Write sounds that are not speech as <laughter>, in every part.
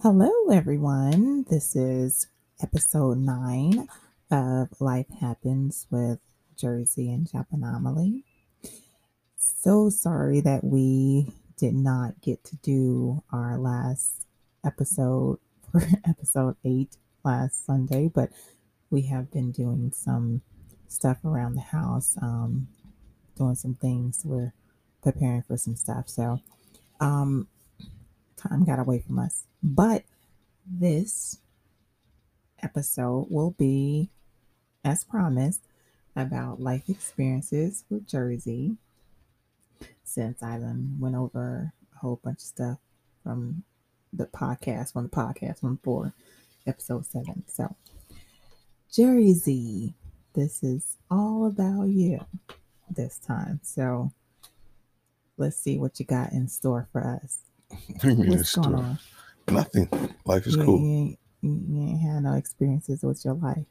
Hello, everyone. This is episode nine of Life Happens with Jersey and Japanomaly. So sorry that we did not get to do our last episode <laughs> for episode eight last Sunday, but we have been doing some stuff around the house, um, doing some things. We're preparing for some stuff. So, um, time got away from us. But this episode will be, as promised, about life experiences with Jersey. Since I done went over a whole bunch of stuff from the podcast, from the podcast one for episode seven. So, Jersey, this is all about you this time. So, let's see what you got in store for us. What do you mean What's it's going still on? nothing? Life is Yeah, cool. You ain't, you you ain't had no experiences with your life.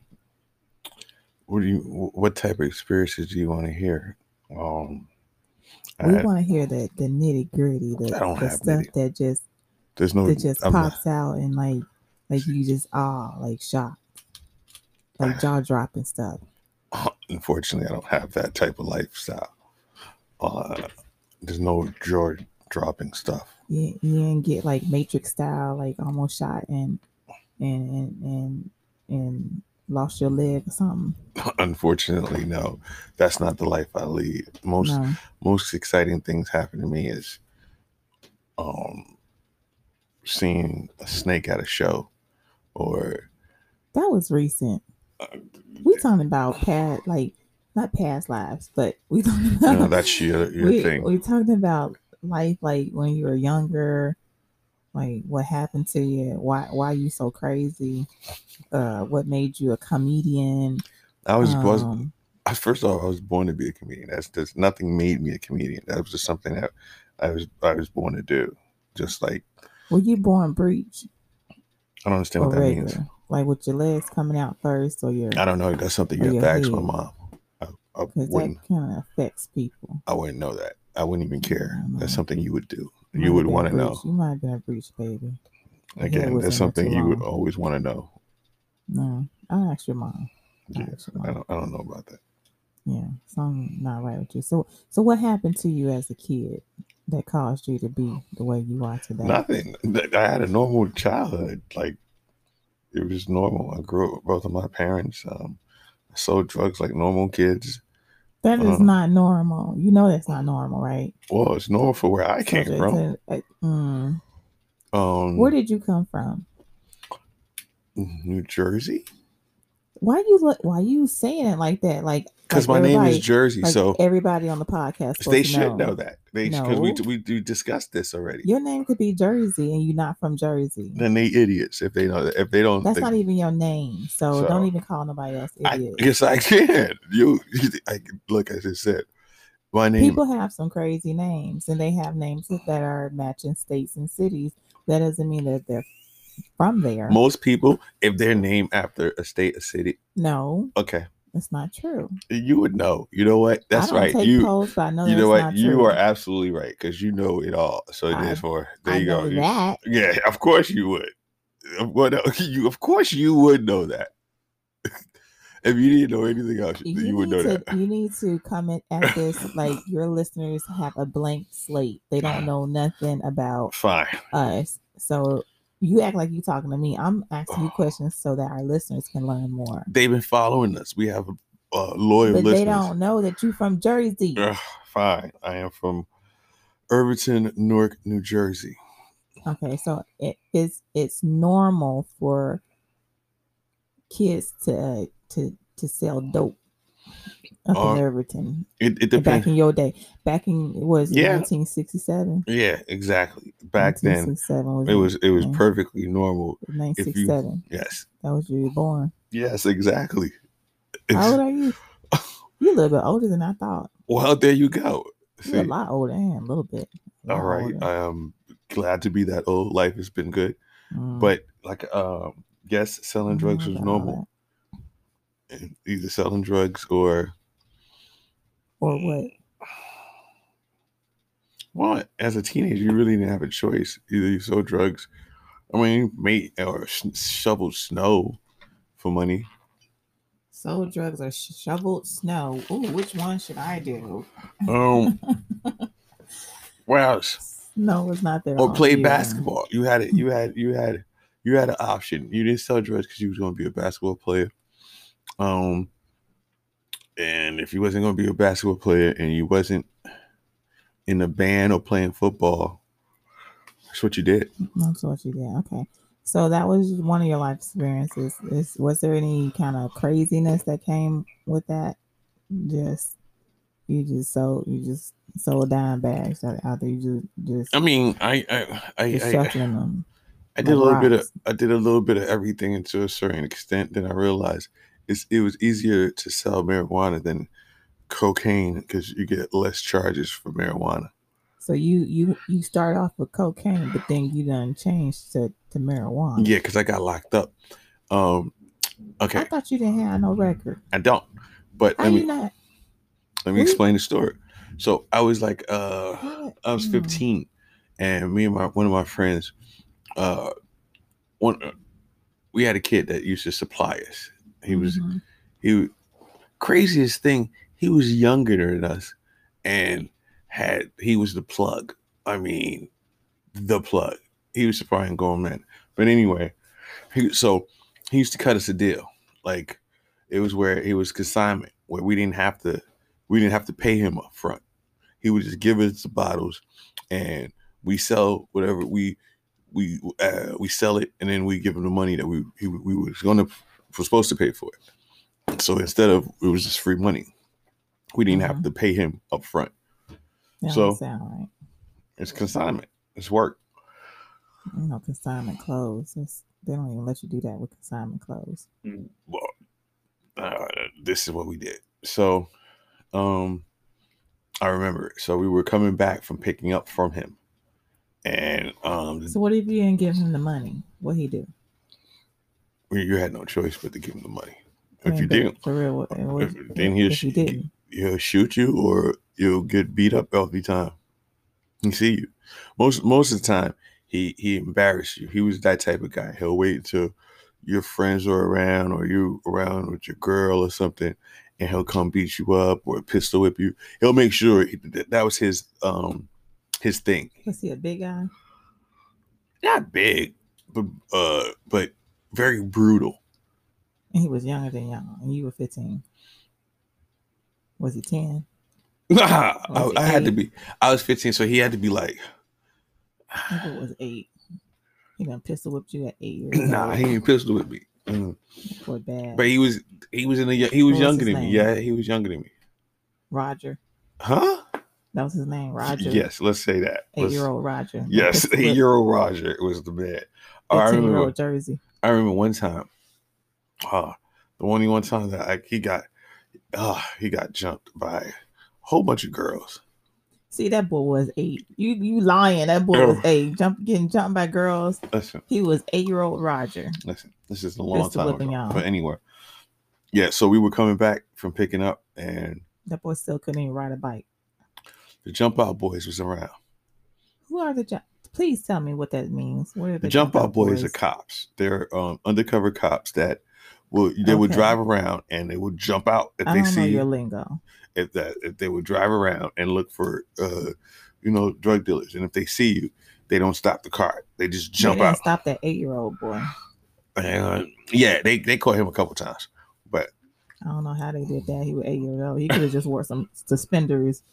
What do you? wh- What type of experiences do you want to hear? Um, I, We have- want to hear the, the nitty gritty, I the, don't the have stuff nitty- that just There's no. that just I'm not- pops out and like like you just ah like shocked, <sighs> like jaw dropping stuff. <laughs> unfortunately, I don't have that type of lifestyle. Uh, there's no jaw dropping stuff. <laughs> You, you didn't get like Matrix style, like almost shot and and and and, and lost your leg or something. Unfortunately, no. That's not the life I lead. Most no, most exciting things happen to me is, um, seeing a snake at a show, or that was recent. We talking about past like not past lives, but we talking you about know, that's <laughs> your your we, thing. we talked about life like when you were younger like what happened to you why why you so crazy uh what made you a comedian I was Oh, was um, I, first off, I was born to be a comedian. That's that's nothing made me a comedian. That was just something that I was I was born to do. Just like were you born breech I don't understand or what that means. regular like with your legs coming out first or your I don't know. That's something Or you your have to ask my head. mom. I, I because that wouldn't kind of affects people I wouldn't know that. I wouldn't even care. Mm. That's something you would do. might have You would been want to breech. know. you might have been a breech baby Your head was Again, that's in there something too you would long. always want to know. no i'll ask your mom I'll Yeah, ask your mom. I don't I don't know about that. Yeah, something not right with you. So, so what happened to you as a kid that caused you to be the way you are today? Nothing. Th- I had a normal childhood. Like it was normal. I grew up with both of my parents. Um, I sold drugs like normal kids. that is uh, not normal. You know that's not normal, right? Well, it's normal for where I came Subject from. to- uh, mm. Um, Where did you come from? New Jersey? Why you look? Why you saying it like that? Like Because like my name is everybody- Jersey, like so everybody on the podcast. supposed they to should know that. They because we, No. we we discussed this already. Your name could be Jersey, and you're not from Jersey. Then they idiots if they know that. if they don't. That's they- not even your name, so, So, don't even call nobody else I idiot. guess I can. You, I, look, I just said my name. people have some crazy names and they have names that are matching states and cities that doesn't mean that they're from there most people, if they're named after a state, a city, no okay, that's not true you would know. You know what? That's I don't right. take You, polls, but I know you that's know not what? You true. are absolutely right because you know it all. So I- therefore, there I you know go. You- that Yeah, <laughs> of course you would. Of- What el- <laughs> you? Of course you would know that. <laughs> if you didn't know anything else, you, you, would need know to that. you need to come in at this like your listeners have a blank slate they don't know nothing about Fine. us so you act like you talking to me i'm asking you <sighs> questions so that our listeners can learn more They've been following us. We have uh, loyal but listeners. they don't know that you from jersey Ugh, <sighs> fine. I am from Irvington, Newark, New Jersey. Okay, so it is it's normal for kids to uh, to to sell dope up Uh, in Irvington It, back it depends. in your day. Back in it was Yeah. 1967. Yeah, exactly. Back then, 1967 was it was it was Yeah. perfectly normal. 1967. Yes. That was you were born. Yes, exactly. How old are you? You a little bit older than I thought. <laughs> well, there you go. You See, a lot older, and a little bit. A all lot right. uh, older. I am glad to be that old. Life has been good, Mm, but like, um, yes, I selling don't drugs know was about all normal. and either selling drugs or that. Or what? well, as a teenager, you really didn't have a choice. Either you sold drugs I mean, made or sh- shoveled snow for money. Sold drugs or sh- shoveled snow. Ooh, which one should I do? Um, what else? Snow was not there. Or all played year. basketball. You had it. You had. You had. You had an option. You didn't sell drugs because you was going to be a basketball player. Um, and if you wasn't going to be a basketball player and you wasn't in the band or playing football, that's what you did. That's what you did. Okay. So that was one of your life experiences. Is, was there any kind of craziness that came with that? Just you just sold you just sold dime bags out out there. You just just, I mean, I I I, just I, shuffling them. I did a like little bit of rocks. I did a little bit of everything and to a certain extent. Then I realized it's it was easier to sell marijuana than cocaine because you get less charges for marijuana. So you you you start off with cocaine, but then you done changed to to marijuana. Yeah, because I got locked up. Um, I okay, Mm-hmm. thought you didn't have no record. I don't. But How let you me not? let me Hmm? explain the story. So I was like, uh, What? I was Hmm. 15, and me and my one of my friends, uh, one uh, we had a kid that used to supply us. He was Mhm. he craziest thing he was younger than us and had he was the plug i mean the plug he was supplying going man but anyway he, so he used to cut us a deal like it was where it was consignment where we didn't have to we didn't have to pay him up front he would just give us the bottles and we sell whatever we we uh, we sell it and then we give him the money that we he, we was gonna was supposed to pay for it so instead of it was just free money we didn't have Mhm. to pay him up front That So- don't sound right. it's consignment it's work You know, consignment clothes. It's, they don't even let you do that with consignment clothes. well, uh, this is what we did. So, um, I remember. it. So we were coming back from picking up from him, and um, So what if you didn't give him the money? What he do? we- you had no choice but to give him the money. I If mean, you but didn't, for real, what, what, if- then he'll if sh- he didn't. he'll shoot you or you'll get beat up every time he see you. Most most of the time, he he embarrassed you. He was that type of guy. He'll wait until your friends are around or you around with your girl or something, and he'll come beat you up or pistol whip you. He'll make sure he, that, that was his um his thing. Was he a big guy? Not big, but uh, but very brutal. <laughs> And he was younger than y'all, and you were fifteen. Was he ten? Nah, I, Was I had to he- be. I was 15, so he had to be like. <clears throat> If it was eight, he done pistol whipped you at eight years old. <clears throat> Nah, he ain't pistol with me. Mm. for bad. But he was he was in the he What was was younger his than me. name? Yeah, he was younger than me. Roger, Huh? that was his name. Roger. Yes, let's say that. Eight Let's- year old Roger. Yes, <laughs> eight year old Roger was the man. Oh, I Fifteen year remember old Jersey. I remember one time. Uh the only one time that I, he got uh he got jumped by a whole bunch of girls. See, that boy was eight. You you lying. That boy was Oh. eight. Jump getting jumped by girls. Listen, He was eight year old Roger. listen, this is a long Pistol time whipping ago. y'all. But anyway. Yeah, so we were coming back from picking up and That boy still couldn't even ride a bike. the jump out boys was around. Who are the jump? Please tell me what that means. What are The jump out boys are cops. They're um, undercover cops that will they would Okay. Oh, drive around and they would jump out if I they don't know see your lingo. if that if they would drive around and look for uh you know drug dealers and if they see you they don't stop the car they just They jump didn't out Stop that eight year old boy. I and, uh, yeah they they caught him a couple times but don't know how they did that. He was eight years old. He could have just wore some suspenders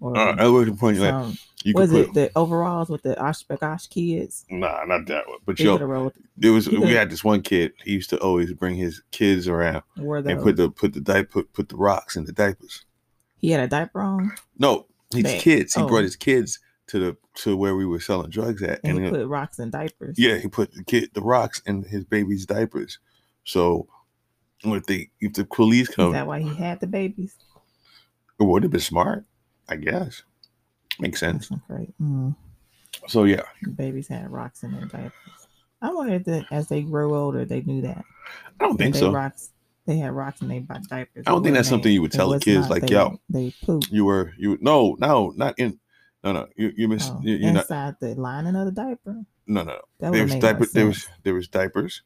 or uh, I was point you, some. you could was put it the overalls with the Oshkosh kids? nah not that one but They could yo have rolled it was he we could've- had this one kid he used to always bring his kids around wore and put those. the put the diaper put, put the rocks in the diapers He had a diaper on no his Man. kids he Oh. brought his kids to the to where we were selling drugs at and then- he put rocks in diapers. Yeah, he put the kid the rocks in his baby's diapers. So if they if the police Is come, that why he had the babies? it would have been smart, I guess. Makes sense. That's not great. Mm, So yeah, the babies had rocks in their diapers. I wonder if that as they grow older, they knew that. I don't think they so. rocks. They had rocks and they bought diapers. I don't It think that's wasn't something you would it tell the was kids, not like, they, yo. They poop. You were you no no not in No, no, you you missed. Oh, you, you're not. inside the lining of the diaper. No, no. That There would was make diaper. diaper, There was there was diapers,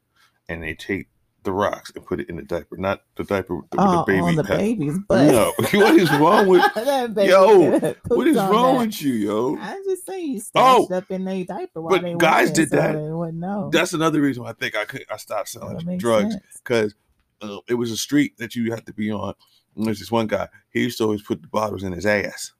and they take the rocks and put it in the diaper, not the diaper with the, with the oh, baby. on the had. baby's butt. <laughs> No, what is wrong with <laughs> That baby Yo, could have what pooped is on wrong that. with you, yo? I'm just saying you Oh, stashed up in their diaper while but they guys did that. No, That's another reason why I think I could I stopped selling drugs because uh, it was a street that you had to be on. And there's this one guy. He used to always put the bottles in his ass.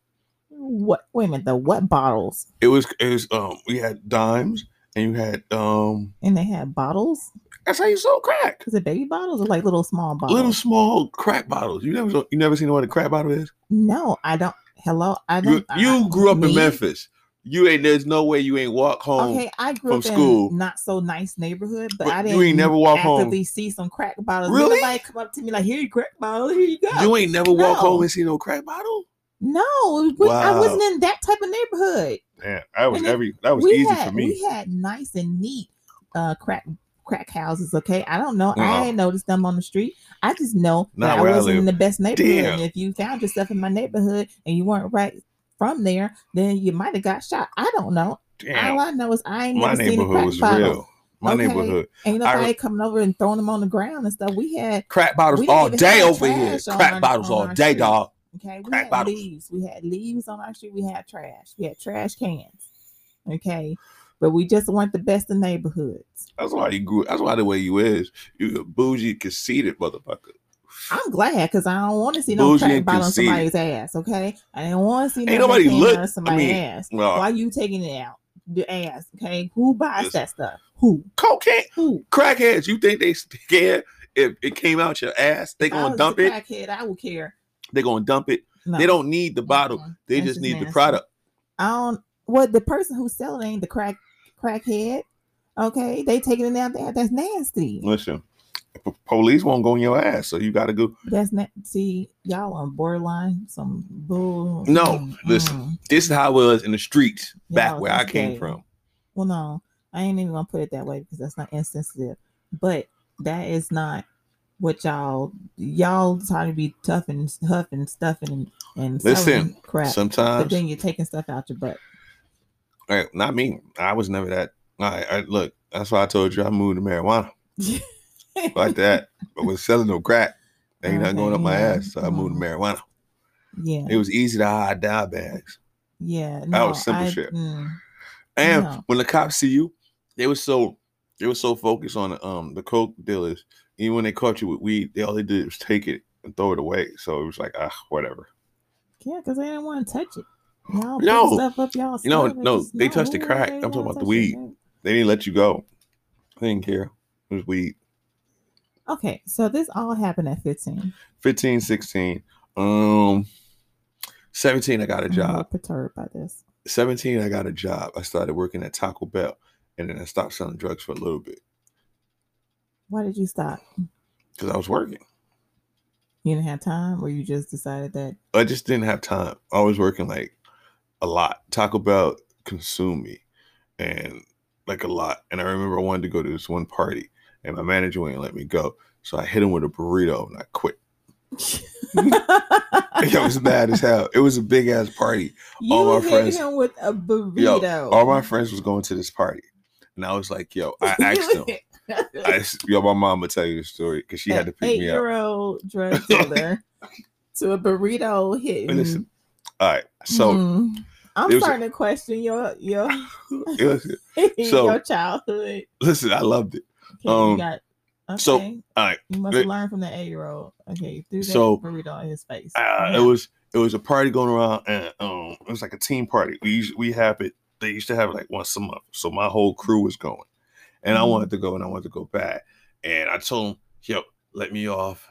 What? Wait a minute. The what bottles? It was it was um we had dimes and you had um And they had bottles. that's how you sold crack. Is it baby bottles or like little small bottles? Little small crack bottles. You never you never seen what a crack bottle is. No, I don't. Hello, I You, don't. I- you grew up in me? Memphis. You ain't there's no way you ain't walk home. Okay, I grew from up school. in not so nice neighborhood, but, But I you didn't ain't never walk home. actively see some crack bottles. Really? Nobody come up to me like, "Here you crack bottle, here you go." You ain't never walk No. home and see no crack bottle. no, it was- I Wow. wasn't in that type of neighborhood. Man, that was And it- every that was easy had for me. we had nice and neat uh crack crack houses. Okay, I don't know. Uh-uh. I ain't noticed them on the street. I just know Not that I where I wasn't in the best neighborhood. Damn. And if you found yourself in my neighborhood and you weren't right from there, then you might have got shot. I don't know. Damn, All I know is I ain't my never seen a neighborhood crack was bottle. real. My Okay. neighborhood Ain't I re- nobody coming over and throwing them on the ground and stuff. We had crack bottles We didn't all even day have over here. trash on Crack our- bottles on all our day, street. dog. Okay, we Crack had bottles. leaves. We had leaves on our street. We had trash. We had trash cans. Okay, but we just weren't the best of neighborhoods. That's why you grew. That's why the way you is. You a bougie, conceited motherfucker. I'm glad because I don't want to see no Bougie crack and bottle on conceited. somebody's ass. Okay, I didn't want to see no Ain't nobody cocaine look- I on somebody's mean, uh, ass. Well, Why you taking it out your ass? Okay, who buys Listen. that stuff? Who? cocaine, Who? crackheads. You think they scared if it came out your ass? They If I gonna was dump Oh, a it. Crackhead, I would care. They gonna dump it. No. They don't need the bottle. Mm-mm. They That's just just need the nasty. product. I don't. What the person who's selling ain't the crack crackhead. Okay, they taking it out there. That's nasty. Listen, p- police won't go in your ass, so you gotta go. That's not. See, y'all on borderline some bull. No, Mm, listen. mm. This is how it was in the streets back Yeah, where I that's came gay. from. Well, no, I ain't even gonna put it that way because that's not insensitive. But that is not what y'all y'all trying to be tough and huff and stuffing and and Listen, selling crap. but Sometimes, then you're taking stuff out your butt. Hey, not me. I was never that. I, I look. That's why I told you I moved to marijuana like that. I was selling no crack. Ain't nothing going up my Okay, ass, so I moved to marijuana. yeah, It was easy to hide dye bags. yeah. No, was simple I- shit. mm. And No. when the cops see you, they was so they was so focused on um the coke dealers. Even when they caught you with weed, they all they did was take it and throw it away. So it was like ah, whatever. Yeah, because they didn't want to touch it. Y'all No. no, stuff up y'all. You know, sleeve and no, just- they touched the who would crack. they I'm talking wanna about the touch weed. it, man? They didn't let you go. They didn't care. It was weed. Okay, so this all happened at 15. 15, 16, um, 17. I got a I'm a little job. perturbed by this. 17, I got a job. I started working at Taco Bell, and then I stopped selling drugs for a little bit Why did you stop? because I was working. You didn't have time, or you just decided <laughs> that? <laughs> I just didn't have time. I was working like a lot. Taco Bell consumed me and like a lot. And I remember I wanted to go to this one party and my manager wouldn't let me go. So I hit him with a burrito and I quit. <laughs> I was mad as hell. It was a big ass party. you all my hit friends- him with a burrito. All my friends was going to this party. And I was like, yo, <laughs> I asked them. I, s- yo, my mom would tell you the story because she had to pick eight me up. year old drug <laughs> dealer to a burrito hitting. Listen, all right. So <laughs> Mm. I'm it was a- starting to question your your <laughs> it was- So- your childhood. listen, I loved it. Okay, Um, you got. Okay. so, alright, You must let- learn from the eight year old. Okay. You threw that So, burrito in his face. uh, it was it was a party going around and um it was like a team party we used, we have it they used to have it like once a month so my whole crew was going and i Mhm. wanted to go and i wanted to go back and i told him yo let me off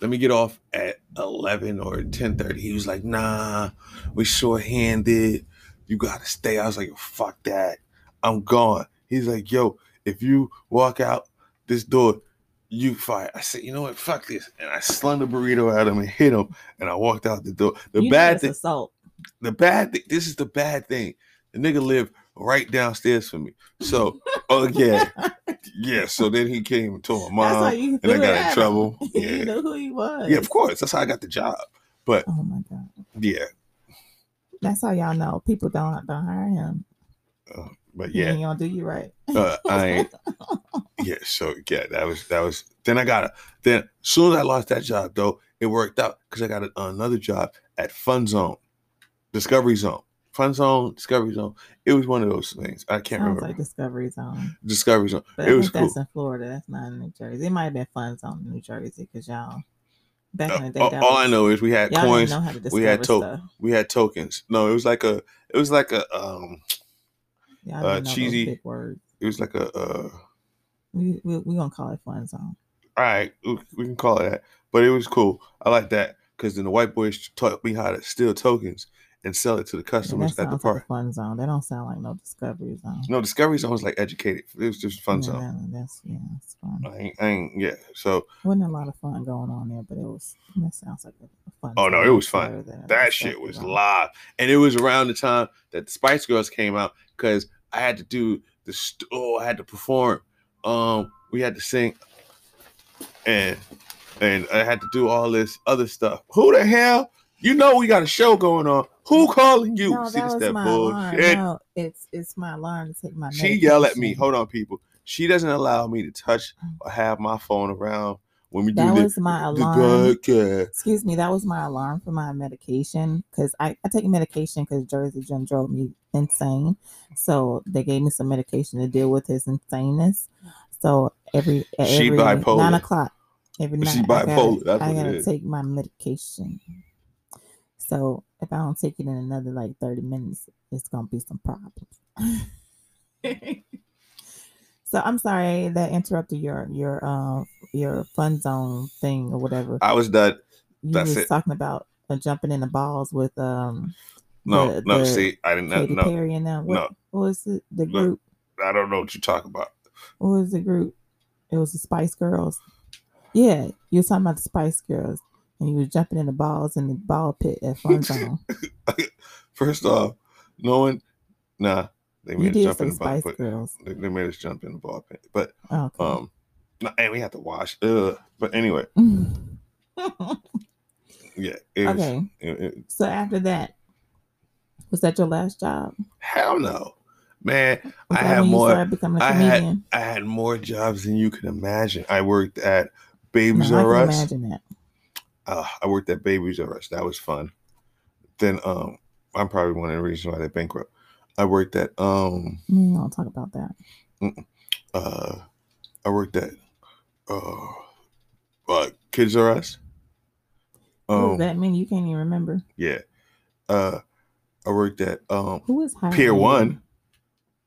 let me get off at 11 or ten thirty. he was like nah we short-handed you gotta stay i was like fuck that i'm gone he's like yo if you walk out this door you fight. I said, you know what? Fuck this. And I slung the burrito at him and hit him. And I walked out the door. The You know bad that's thing, assault. the bad thing, this is the bad thing. The nigga lived right downstairs from me. So, oh, <laughs> yeah. Yeah. So then he came and told my That's how mom. you And threw I it got at in him. trouble. <laughs> you Yeah. knew who he was. Yeah, of course. That's how I got the job. Oh my god. Yeah. That's how y'all know people don't don't hire him. But yeah, <laughs> he ain't gonna do you right. uh, I ain't- yeah. So yeah, that was that was. Then I got a. Then soon as I lost that job, though, it worked out because I got a- another job at Fun Zone, Discovery Zone, Fun Zone, Discovery Zone. It was one of those things. I Sounds can't remember like Discovery Zone, Discovery Zone. but It I was think that's in Florida. That's not in New Jersey. It might have been Fun Zone in New Jersey because y'all back in the day. Uh, that all was- I know is we had y'all didn't coins, know how to discover we had tote. stuff. we had tokens. No, it was like a. It was like a. Um, Y'all uh, didn't know cheesy- those big words. it was like a. Uh, We we we gonna call it Fun Zone. all right, we we can call it that. But it was cool. I like that because then the white boys taught me how to steal tokens and sell it to the Yeah, that customers at the sounds like park. a Fun Zone. That don't sound like no Discovery Zone. No, Discovery Zone was like educated. It was just fun Yeah, zone. Uh, that- That's yeah, it's fun. I ain't, I ain't, yeah. So Wasn't a lot of fun going on there, but it was. That sounds like a a fun. Oh, no, zone it was much fun. better than a that shit Discovery was Zone. live, and it was around the time that the Spice Girls came out because I had to do the st- oh, I had to perform. Um, we had to sing, and and I had to do all this other stuff. Who the hell? You know we got a show going on. Who calling you? No, See, that this was that my alarm. bullshit. No, it's it's my alarm to take my. She yell at me. medication. Hold on, people. She doesn't allow me to touch or have my phone around when we That do was the, my the alarm. podcast. Excuse me, that was my alarm for my medication because I, I take medication because Jersey Jim drove me insane. So they gave me some medication to deal with his insaneness. So every at She every bipolar. nine o'clock every night She I gotta, bipolar, that's I what it gotta is. take my medication. So if I don't take it in another like thirty minutes, it's gonna be some <laughs> problems. so I'm sorry that interrupted your your uh, your fun zone thing or whatever I was done. you That's was it. talking about uh, jumping in the balls with um No, the- no. the see, I didn't. Katy No, Perry and them. What, no. what was it? The No. group? I don't know what you're talking about. What was the group? It was the Spice Girls. Yeah, you was talking about the Spice Girls, and you was jumping in the balls in the ball pit <laughs> at Fun Zone. First off, no one. Nah, they you made us did jump in say the ball Spice Mm-hmm. pit. Girls. They they made us jump in the ball pit. But Okay. um, no, and we had to wash. Ugh. But anyway, Um, <laughs> yeah. It was, okay. it- it- So after that, was that your last job? hell no, man. Was I that had when more- You started becoming a I had- comedian? I had more jobs than you can imagine. I worked at Babies no, I R can Us. imagine that. uh, I worked at Babies R Us. That was fun. Then um, I'm probably one of the reasons why they're bankrupt. I worked at um, We ain't gonna talk about that. uh, I worked at uh, uh Kids R Us. What does Um, that mean? You can't even remember. yeah. Uh, I worked at um, Who is hiring? Pier you? One.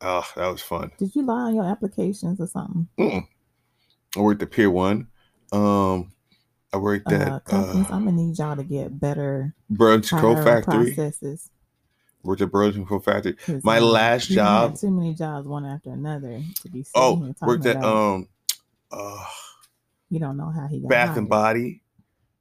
Oh, that was fun. Did you lie on your applications or something? I worked at Pier One. Um, I worked Uh, at companies, uh, I'm gonna need y'all to get better Burlington Co hiring Factory. processes. Worked at Burlington Co Factory. 'cause, My um, last you done had job- Too many jobs, one after another, to be sitting Oh, here talking worked at about. um, uh, you don't know how he got Bath hired. and Body.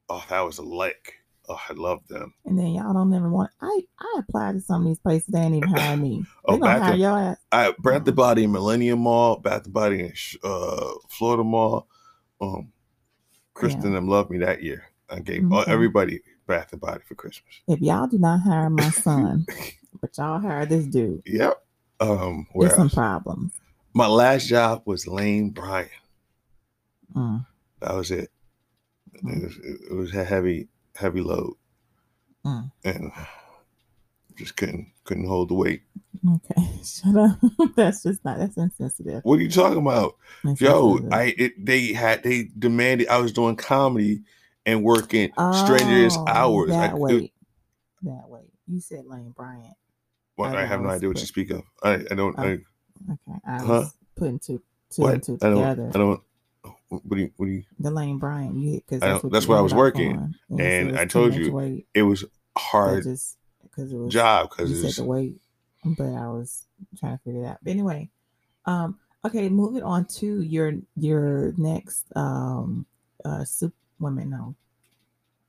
Oh, that was a lick. Oh, I love them. And then y'all don't ever want. I I applied to some of these places. They <coughs> ain't even hire me. Oh, they gonna Bath hire and your ass. I Bath the Mm. Body in Millennium Mall, Bath the Body in Sh- uh, Florida Mall. Um, Kristen and them loved me that year. I gave all Okay. everybody Bath the Body for Christmas. If y'all do not hire my son, but y'all hire this dude, Yep. Um, where there's some else? problems. my last job was Lane Bryant. Mm, That was it. It mm. was, it was a heavy, heavy load, Mm. and just couldn't couldn't hold the weight. Okay, <laughs> shut up. that's just not. That's insensitive. What are you talking about, That's yo? insensitive. I it, they had they demanded I was doing comedy and working strenuous Oh, hours. I, That it- way. That way. You said Lane Bryant. Well, I I, have no was idea what you put- speak of. I, I don't. I, Okay. I Huh? was putting two two what? and two I don't. together. I don't. What do you? What do you? The Lane Bryant you hit because I that's don't- what, that's you what I ended was up working, on. and it was I too told much you, weight. It was I hard just because it was job because you said it's the weight, but I was trying to figure it out. But anyway, um, okay, moving on to your your next um uh super woman. No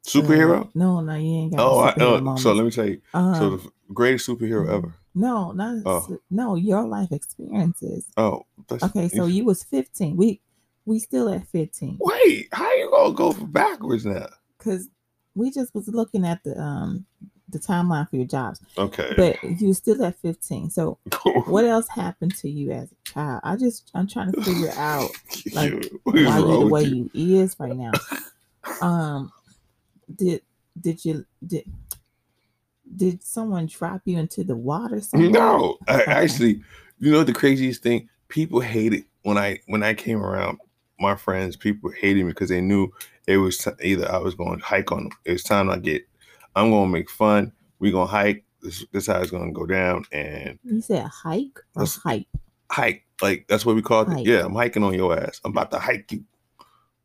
uh, superhero. no, no, you ain't got. oh, I, no superhero uh, so moments. let me tell you. so the Um, f- greatest superhero mhm. ever. No, not Oh. su- no. Your life experiences. Oh, that's, Okay, so you was fifteen. We we still at fifteen wait. How you gonna go backwards now? because we just was looking at the um the timeline for your jobs, Okay. but you were still at 15. So <laughs> what else happened to you as a child? I just I'm trying to <laughs> figure out like, You- why you the wrong way with you? you is right <laughs> now. Um, did did you did did someone drop you into the water? somewhere? <laughs> No, I, Okay. actually, you know what the craziest thing? People hated when I when I came around. My friends, people hated me because they knew it was t- either I was going to hike on them. It's time I get. I'm going to make fun. We gonna hike. This, this how it's gonna go down and You said hike or That's- hype? hike. Like that's what we called Hike. it. Yeah, I'm hiking on your ass. I'm about to hike you.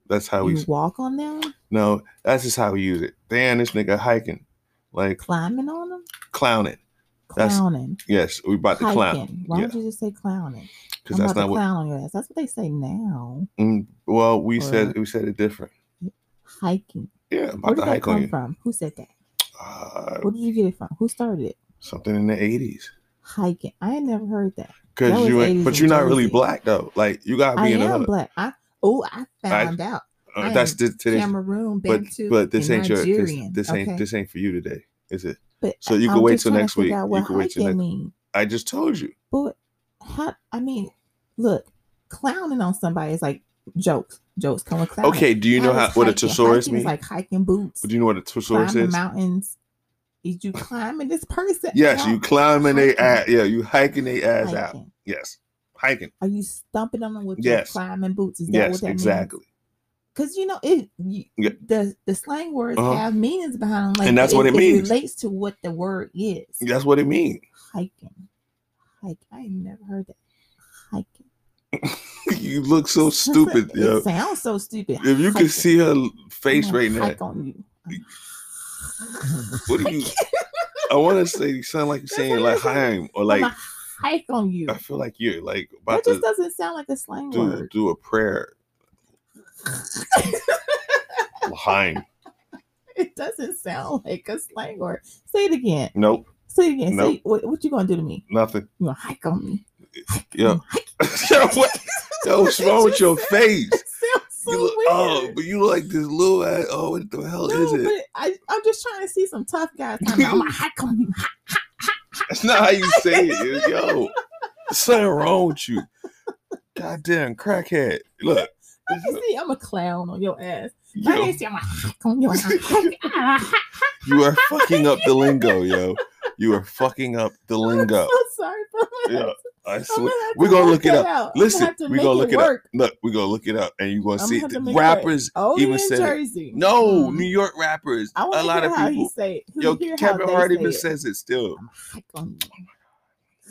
That's how we. You walk on them, No, that's just how we use it. Damn, this nigga hiking, like climbing on them, clowning. That's- clowning, Yes, we about to clown hiking. Why Yeah. don't you just say clowning? because I'm that's about to not what. clown on your ass. That's what they say now. Mm, well, we Or- said we said it different. Hiking. Yeah, I'm Where did about to that hike on come you. from? Who said that? Uh, Where did you get it from? Who started it? something in the eighties. Hiking. I ain't never heard that. That Cause was you, ain't, 80s but in you're not really Jersey. black though. Like you gotta I be in am another. black. I oh, I found out. Uh, I that's am the, today's. Cameroon, but Bantu, but this and ain't your. This, Nigerian. this ain't okay? this ain't for you today, is it? But so you can I'm wait just till trying to next figure week. out You what can wait till hiking next- mean. I just told you. But how? I mean, look, clowning on somebody is like jokes. Jokes come with clowning. Okay, do you know is how what a hiking? thesaurus Hiking is means? Like hiking boots, do you know what a thesaurus climbing is? mountains. Is you climbing this person? Yes, out? you climbing they ass. Hiking. Yeah, you hiking they ass out. Hiking. Yes, hiking. Are you stumping on them with Yes. your climbing boots? Is that yes, what that exactly. Because you know it. You, Yeah. The the slang words Uh-huh. have meanings behind them, like And that's what it means. relates to what the word is. That's what it means. hiking. Hike. I ain't never heard that. Hiking. <laughs> you <laughs> look so stupid, it yo. sounds so stupid. If you Hiking. could see her I'm face gonna right now, hike on you. I'm what do you? I want to say you <laughs> sound like you're That's saying how like you sound. "Haim" <laughs> or gonna like hike on you. <laughs> I feel like you're like That about just to doesn't sound like a slang do word. <laughs> do a prayer. Haim. It doesn't sound like a slang word. Say it again. Nope, Say it again. Say Nope. what, what you gonna do to me? nothing. You gonna hike on me? Yeah. Mm. <laughs> Yo, what? Yo, what's wrong with your face? <laughs> It sounds so You look, weird. oh, but you look like this little ass. Oh, what the hell no, is it? but I, I'm just trying to see some tough guys. I'm gonna hike on you. That's not how you say <laughs> it, yo. yo. There's Something wrong with you. Goddamn crackhead. Look. I <laughs> can see I'm a clown on your ass. I Yo, can see I'm a hike on your ass. you are fucking up the lingo, yo. You are fucking up the <laughs> lingo. <laughs> I'm so sorry, but I'm gonna- Yo, I I'm swear. gonna have to We're gonna work look it that up. out. I'm Listen, have to we're make gonna look it up. work. Look, we're gonna look it up and you're gonna I'm see gonna have the to make it work. rappers. Only even in said it. Jersey. No, Mm. New York rappers. I A want lot to of hear how he people. say it. <laughs> Yo, hear how Kevin they Hart say even it. um, says <laughs> it still. I'm a hike on <laughs>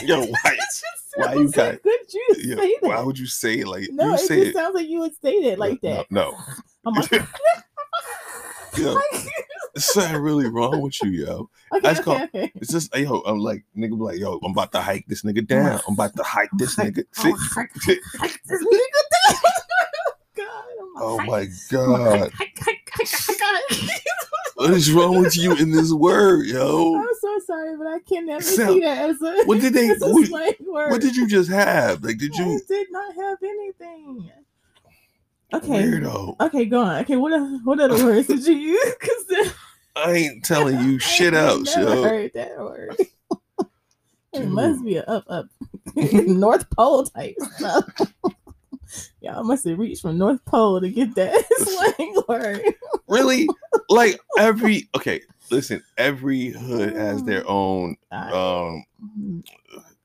you. Yo, why? It just Why sounds you got- like good you Yo, say that. why would you say it like no, you it say just it sounds like you would say that like No, that. <laughs> No, I'm <laughs> like, okay, yo, there's something really wrong with you, yo. That's okay, called- okay. It's just yo, I'm like nigga, be like yo, I'm about to hike this nigga down. I'm about to hike this Hike- nigga. I'm oh, See? a hike, hike, hike this nigga down. <laughs> God, I'm a Oh hike. <laughs> my I'm a god, hike, hike, hike, hike, hike, hike. what is wrong with you in this word, yo? I'm so sorry, but I can never Sound- see that as a, What did they? <laughs> as a What, slang word. what did you just have? Like, did I you did not have anything. Okay. weirdo? Okay, go on. Okay, what other, what other words did you use? Because I ain't telling you shit else, never yo. heard that <laughs> word. it must be a up up <laughs> North Pole type stuff. Y'all must have reached from North Pole to get that <laughs> slang word. <laughs> Really? Like every okay. Listen, every hood has Oh their own I- um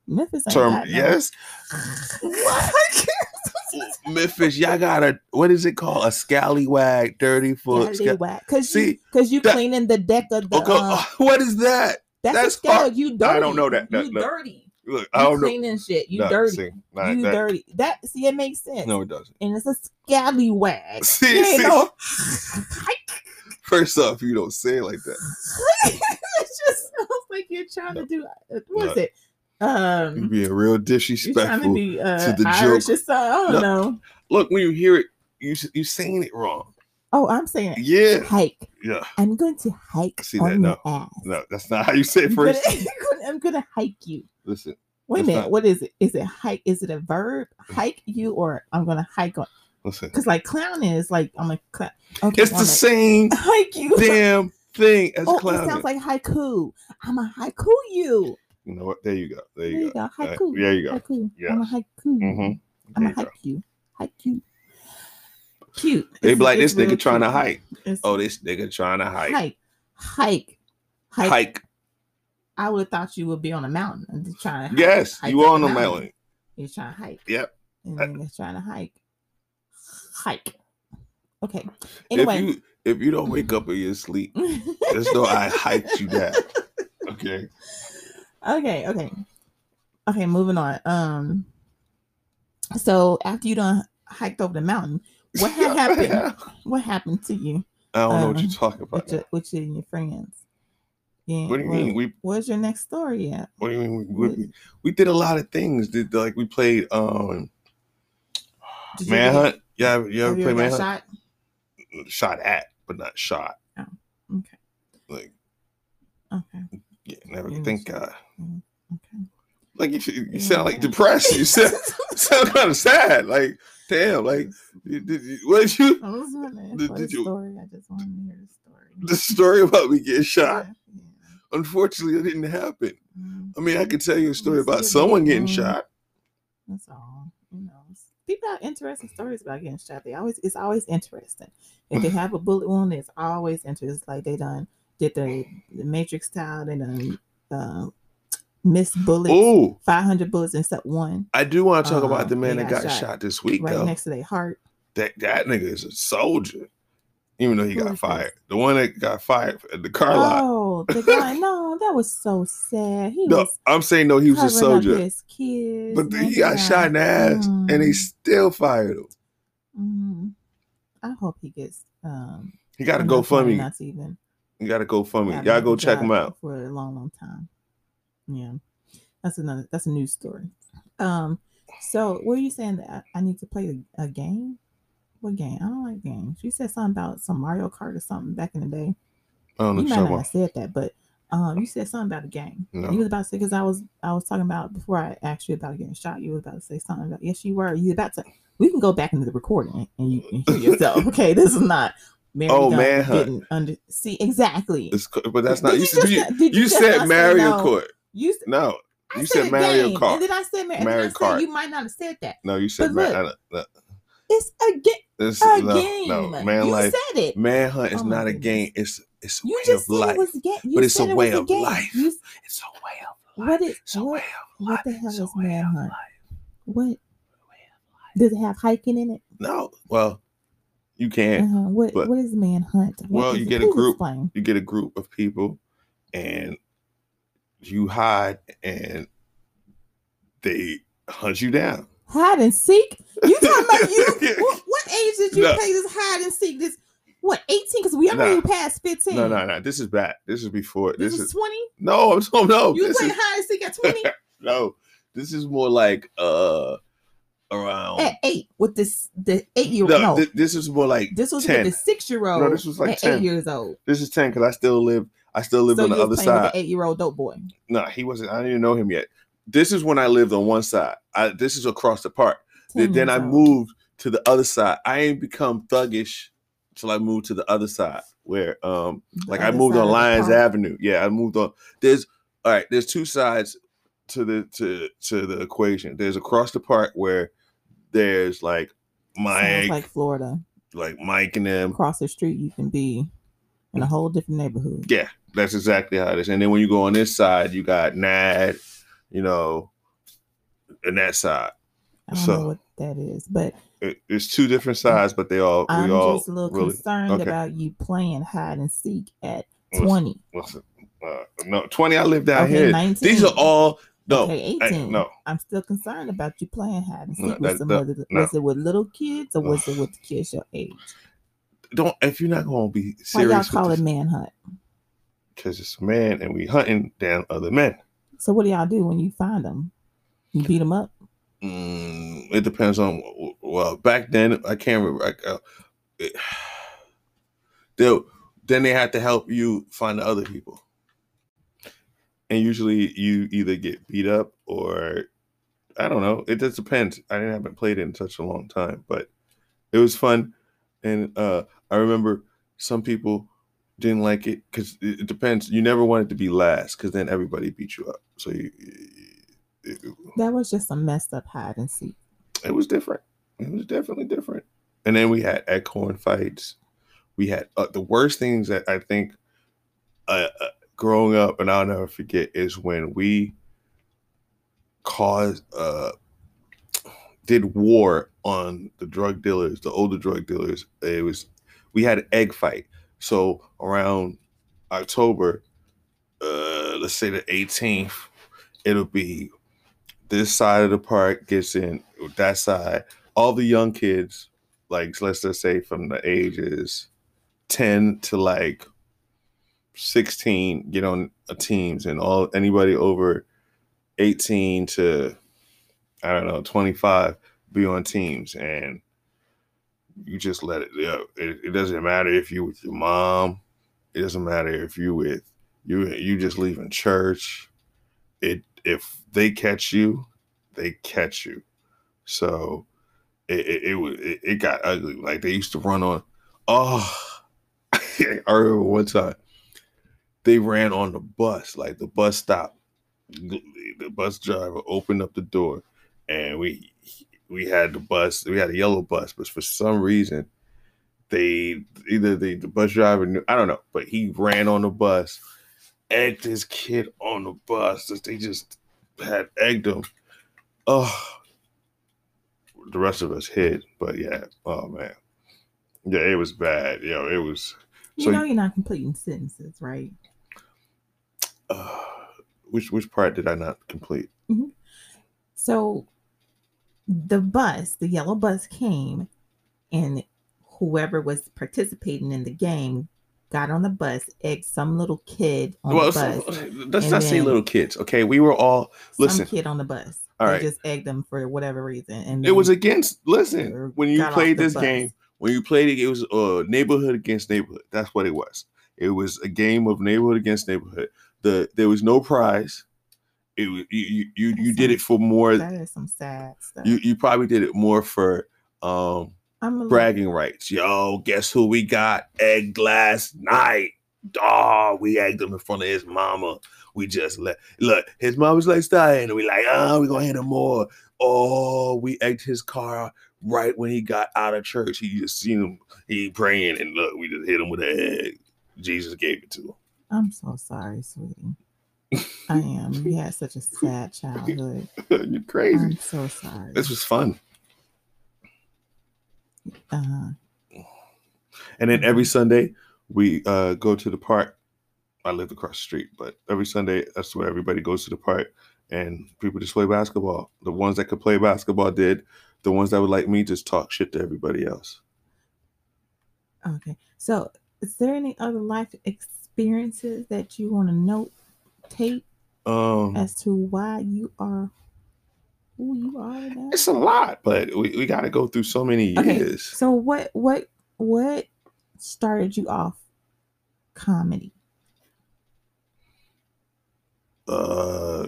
Memphis ain't term. got no- Yes, <laughs> What? <laughs> Memphis, y'all got a what is it called? A scallywag, dirty foot. scal- Because you, See, cause you that- cleaning the deck of the. okay, um, <laughs> what is that? that's a that's scowl. hard. You dirty. I don't know that- that- you that- dirty. Look, You I don't know. cleaning shit. You Nah, dirty. see, nah, you that- dirty. That see, it makes sense. No, it doesn't. and it's a scallywag. <laughs> <laughs> See, You ain't see, no- first off, you don't say it like that. it just sounds like you're trying to do uh, what is No. it? You're Um, being real you're trying to disrespectful. be uh, to the Irish joke. or something. I don't No. know. Look, when you hear it, you s- you saying it wrong. Oh, I'm saying it. Yeah, hike. yeah. I'm going to hike See on that? No, your ass. No, that's not how you say it <laughs> I'm gonna, first. I'm gonna hike you. Listen, Wait a That's minute. not- What is it? Is it hike? Is it a verb? Hike you or I'm gonna hike on? listen. Because like clown is like I'm a clown. Okay, It's I'm the a- same <laughs> hike you. damn thing as Oh, it clowning. sounds like haiku. I'm a haiku you. you know what? There you go. There There you go. Uh, Haiku. there you go. Haiku. I'm a Yes. haiku. Mm-hmm. I'm There a you go. haiku. Haiku. Cute. They It's- be like it's this nigga real trying to cute. hike. It's- Oh, this nigga trying to hike. Hike. hike. Hike. Hike. I would have thought you would be on a mountain and just trying to hike. Yes, Hike you up on the the mountain. mountain. You're trying to hike. Yep. And I- then you're trying to hike. Hike. Okay. Anyway. <laughs> If you if you don't wake up in your sleep, just know I hiked you down. Okay. okay okay okay moving on um so after you done hiked over the mountain what <laughs> had happened what happened to you I don't know what Um, you're talking about. with your, with you and your friends yeah what do you mean? We where's your next story at what do you mean? We, What- we, we did a lot of things. Did like we played um did you ever manhunt? Yeah, you ever, you get- ever have you play ever got manhunt? shot Shot? at, but not shot. okay Like okay yeah, never. Mm. Thank God. Mm, okay Like you, you Yeah. sound like depressed. You <laughs> sound, sound kind of sad. Like damn. Like you- did you, what did you? I was wondering Did- for did the you- story. I just wanted to hear the story. <laughs> The story about me getting shot. Yeah, yeah. Unfortunately, it didn't happen. Mm, I mean, I could tell you a story Yes, about it someone did. getting Mm. shot. That's all. You know, s- people have interesting stories about getting shot. They always it's always interesting. If <laughs> they have a bullet wound, it's always interesting. It's like they done did the, the Matrix style. They done uh, missed bullets, Oh, five hundred bullets except one I do want to talk Uh, about the man they that got got shot, shot this week, right though. next to their heart. that that nigga is a soldier, even though he Who got is this? fired. The one that got fired at the car lot. Oh, the guy! No, that was so sad. He No, was I'm saying no, he was a covering up soldier, his kids, but and he got everything. shot in the ass, and they Mm. still fired him. Mm. I hope he gets. Um, He got a enough money GoFundMe. Not to even He got a GoFundMe. have Y'all another go check him job out. for a long long time yeah that's another that's a news story um so what are you saying that i, I need to play a, a game what game i don't like games you said something about some mario kart or something back in the day I don't you know might what you're not talking have said that but um you said something about a game No. you was about to say because i was i was talking about before i asked you about getting shot you was about to say something about yes you were you about to we can go back into the recording and you can <laughs> hear yourself okay this is not Mary Oh, Dunn Manhunt. didn't under see exactly about. It's co- but that's not. Did You, you just you, not- did you you just not said say Mario no? Kort. You s- No, I You said Mario game, Kart. And then I said Mario, Mario and then I Kart. said you might not have said that. no, you But said Ma- look, I don't- no, It's a, ga- this- a no, game. no, man, you life, said it. manhunt is Oh my not a goodness. game. It's it's a You way just of said life. it was a game. You But it's a said it way was a of game. life. You, s- It's a way of life. what is It's a what, way of life. what the hell It's a is way of manhunt? life. What does it have hiking in it? No. Well, you can. Uh-huh. What Eh, but- what is manhunt? What Well, is you it? get a Please group- explain. You get a group of people and you hide and they hunt you down. Hide and seek. You talking about <laughs> you? what, what age did you No. play this hide and seek? This what eighteen? Because we Nah. already past fifteen. No, no, no. This is bad. This is before. This, This is is twenty. no. <laughs> I'm so no. You This played is hide and seek at <laughs> twenty. no. This is more like uh around. at eight with this the eight year old. No, No, thi- this is more like this was ten. with the six year old. No, this was like at 10. eight years old. This is ten because I still live. I still live so on the you other was playing side. with the eight year old dope boy. No, he wasn't. I didn't even know him yet. This is when I lived on one side. I, this is across the park. 10 Then, then years I old. moved to the other side. I ain't become thuggish till I moved to the other side, where um, The like I other moved side on of the Lions park. Avenue. Yeah, I moved on. There's all right. There's two sides to the to to the equation. There's across the park where there's like Sounds Mike, like like, Florida. Mike and them. Across the street, you can be in a Mm. whole different neighborhood. Yeah, that's exactly how it is. And then when you go on this side, you got Nad, you know, and that side. I don't so- know what that is, but It, it's two different sides, but they all Mm. I'm we all just a little really. concerned okay. about you playing hide and seek at Listen, twenty. Listen, uh, no, twenty. I live down okay, here. nineteen. These are all no, okay, I- eighteen. no. I'm still concerned about you playing hide and seek No, with that- some that- other. no. Was it with little kids or No. was it with <sighs> kids your age? Don't if you're not gonna be Why y'all serious call it manhunt? because it's a man and we hunting down other men. So what do y'all do when you find them? You beat them up. Mm, it depends on well back then I can't remember. Like, uh, it, <sighs> they'll- then they have to help you find the other people, and usually you either get beat up or I don't know. It just depends. I didn't haven't played it in such a long time, but it was fun, and uh, I remember some people didn't like it because it, it depends. You never want it to be last because then everybody beat you up. So you, it, That was just a messed up hide and seek. it was different. It was definitely different. And then we had Ecorn fights. We had uh, the worst things that I think uh, uh, growing up, and I'll never forget, is when we caused, uh, did war on the drug dealers, the older drug dealers. It was, we had an egg fight. So around October, uh, let's say the 18th, it'll be this side of the park gets in, that side. All the young kids, like let's just say from the ages 10 to like 16, get on a teams, and all anybody over 18 to I don't know 25 be on teams, and you just let it. yeah, It, it doesn't matter if you with your mom. It doesn't matter if you with you. You just leaving church it if they catch you, they catch you. So it it it, wa- it, it got ugly. Like they used to run on. Oh, <laughs> I remember one time they ran on the bus. Like the bus stop, the bus driver opened up the door, and we we had the bus. We had a yellow bus, but for some reason. They either they, the bus driver knew I don't know, but he ran on the bus egged this kid on the bus. Just- They just had egged him. Oh, the rest of us hid, but yeah. Oh man, yeah, it was bad. Yo, it was. You So- know you're not completing sentences, right? Uh, which which part did I not complete? So the bus, the yellow bus came, and whoever was participating in the game got on the bus, egged some little kid on well, the so- <laughs> uh, bus. let's and not say then- little kids. Okay, we were all. listen. Some kid on the bus. All They right. just egged them for whatever reason. And It was then against. Listen, or when you got off played the this bus. game, when you played it, it was uh, neighborhood against neighborhood. That's what it was. It was a game of neighborhood against neighborhood. The there was no prize. It was, you, you you you did it for more. that is some sad stuff. You you probably did it more for um I'm a bragging rights. Yo, guess who we got? Egged last night. Oh, we egged him in front of his mama. We just let look. His mom was like dying, and we like, oh, we gonna hit him more. Oh, we egged his car right when he got out of church. He just seen him. He praying, and look, we just hit him with an egg. Jesus gave it to him. I'm so sorry, sweetie. I am. You had such a <laughs> sad childhood. You're crazy. I'm so sorry. this was fun. uh-huh. And then every Sunday we uh, go to the park. I lived across the street, but every Sunday that's where everybody goes to the park and people just play basketball. The ones that could play basketball did. The ones that would like me just talk shit to everybody else. Okay. So, is there any other life experiences that you want to note, take Um, as to why you are who you are now? it's a lot, but we, we got to go through so many Okay. years. So, what what what started you off comedy? Uh,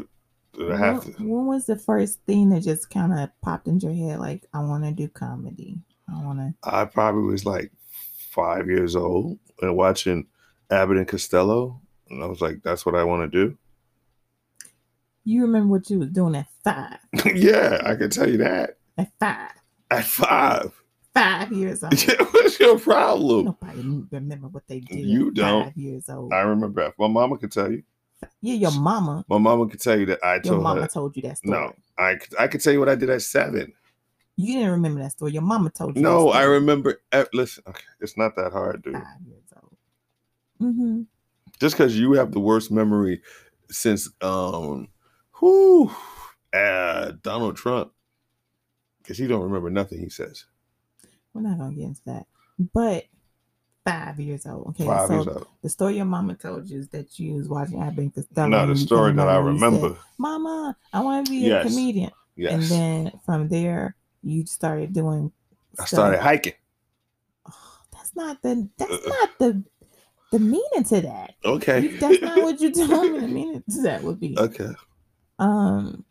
did I have When, to. when was the first thing that just kind of popped into your head? Like, I want to do comedy. I want to. I probably was like five years old and watching Abbott and Costello, and I was like, "That's what I want to do." <laughs> You remember what you was doing at five? yeah, I can tell you that At five, at five. five years <laughs> old. <laughs> What's your problem? Nobody remember what they did. You at don't. Five years old. I remember that. My mama could tell you. yeah, your mama. My mama could tell you that I Your told mama her. told you that story. No, I could- I could tell you what I did at seven. You didn't remember that story. Your mama told you. that No, I story. remember. eh, Listen, okay, it's not that hard, dude. Five years old. Mm-hmm. Just because you have the worst memory since um, who, uh, Donald Trump, because he don't remember nothing he says. We're not gonna get into that. But five years old. Okay. Five so years old. the story your mama told you is that you was watching Abbott and Costello. Not and the you story came that out I and you said, remember. Mama, I want to be Yes. a comedian. And Yes, then from there, you started doing. I stuff. started hiking. Oh, that's not the. That's Uh-uh. not the. The meaning to that. Okay, You- That's <laughs> not what you told me. The meaning to that would be. okay. <laughs> Um.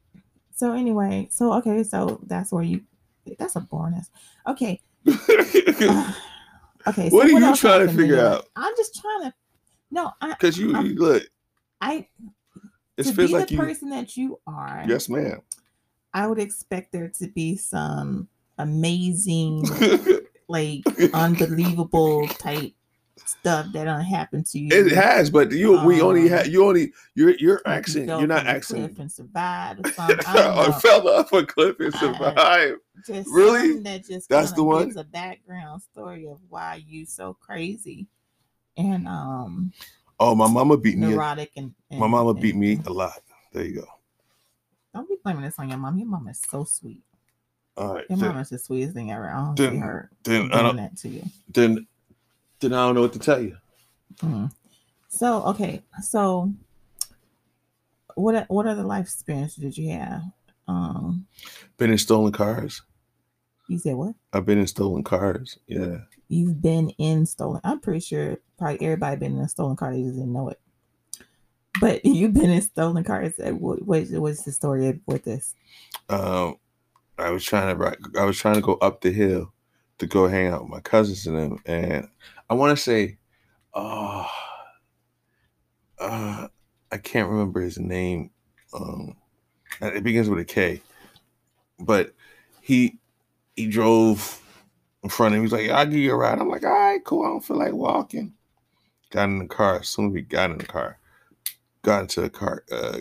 So anyway, so okay, so that's where you. That's a bonus. Okay. <sighs> okay. So What are you else trying to happened in figure your- out? I'm just trying to No, I, Because you, Um, you look, I it to feels be like the you. person that you are. Yes, ma'am. <laughs> I would expect there to be some amazing, <laughs> like unbelievable type stuff that done happened to you. it has, but you, we only Um, had you only your your Like Mm-hmm. you accent. fell You're not from a cliff <laughs> accent. and survived or something. I don't <laughs> I know. fell off a cliff and I- survived. Just Really? something That just That's kinda the one? gives a background story of why you so crazy and um Oh, my mama beat me. neurotic and, and My mama and- beat me a lot. There you go. Don't be blaming this on your mom. Your mom is so sweet. All right. Your Then, mom is the sweetest thing ever. I don't see Then- her then I doing don't. that to you. Then, then I don't know what to tell you. Mm. So okay, so what what other life experiences did you have? Um, Been in stolen cars. you said what? I've been in stolen cars. Yeah. You've been in stolen. I'm pretty sure probably everybody been in a stolen car. They just didn't know it. But <laughs> you've been in stolen cars. Uh, What what is- what's the story with this? um, I was trying to ri- I was trying to go up the hill to go hang out with my cousins and them, and I want to say, uh, uh, I can't remember his name. Um, and it begins with a K, but he he drove in front of me. He was like, "I'll give you a ride." I'm like, "All right, cool. I don't feel like walking." Got in the car. As soon as we got in the car, got into a car uh,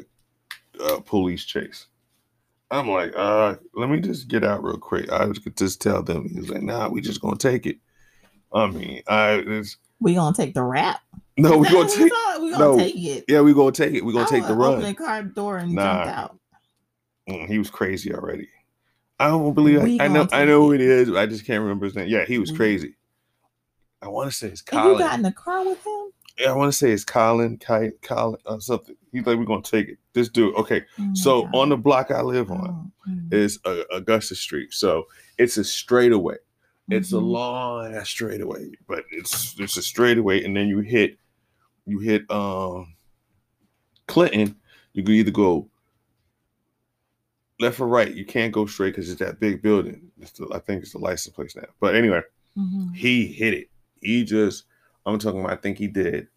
uh, police chase. I'm like, uh, let me just get out real quick. I was- could just tell them. He was like, nah, we just gonna take it. I mean, I it's, We gonna take the rap? no, Oh, we <laughs> gonna take we gonna no. take it. yeah, we gonna take it. We gonna I take the would've run. Opened the car door and Nah. jumped out. Mm, he was crazy already. I don't believe We I, I know. gonna I know who take it is. But I just can't remember his name. Yeah, he was We- crazy. I want to say it's And you Colin. got in the car with him. Yeah, I want to say it's Colin. Ki- Colin or something. He's like, we're gonna take it. This dude. Okay, Oh my so God. on the block I live on Oh, mm, is uh, Augusta Street. So it's a straightaway. It's a mhm. long ass straightaway, but it's it's a straightaway, and then you hit you hit um Clinton. You can either go left or right. You can't go straight because it's that big building. It's the, I think it's the license place now. But anyway, Mhm. he hit it. He just I'm talking about. I think he did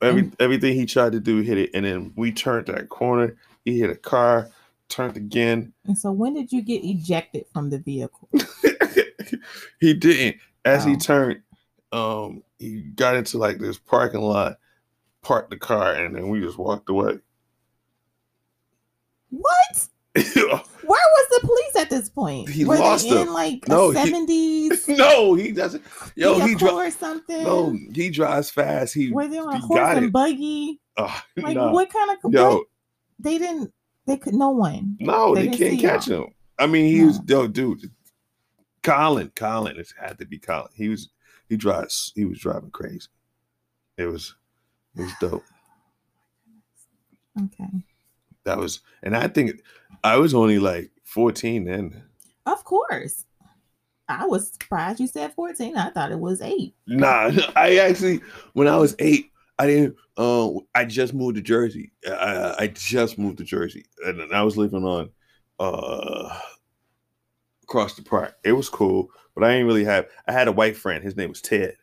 every And- everything he tried to do. Hit it, and then we turned that corner. He hit a car, turned again, And so, when did you get ejected from the vehicle? <laughs> <laughs> he didn't. As he Oh. turned, um, he got into like this parking lot, parked the car, and then we just walked away. <laughs> What? Where was the police at this point? He Were lost they them. in like No, a he- seventies no, he doesn't. <laughs> Yo, he vehicle drives. or something? No, he drives fast. He, Were they on a he horse got and it. buggy? uh, Like nah. what kind of? yo, What? They didn't. They could. No one. no, They they, didn't can't see catch him. I mean, he was yo, dude. Colin, Colin, it had to be Colin. He was, he drives, he was driving crazy. It was, it was dope. Okay. That was, and I think I was only like 14 then. Of course. I was surprised you said fourteen. I thought it was eight. Nah, <laughs> I actually, when I was eight, I didn't, um, I just moved to Jersey. I- I, I just moved to Jersey and then I was living on, uh, across the park. It was cool, but I didn't really have, I had a white friend. His name was Ted.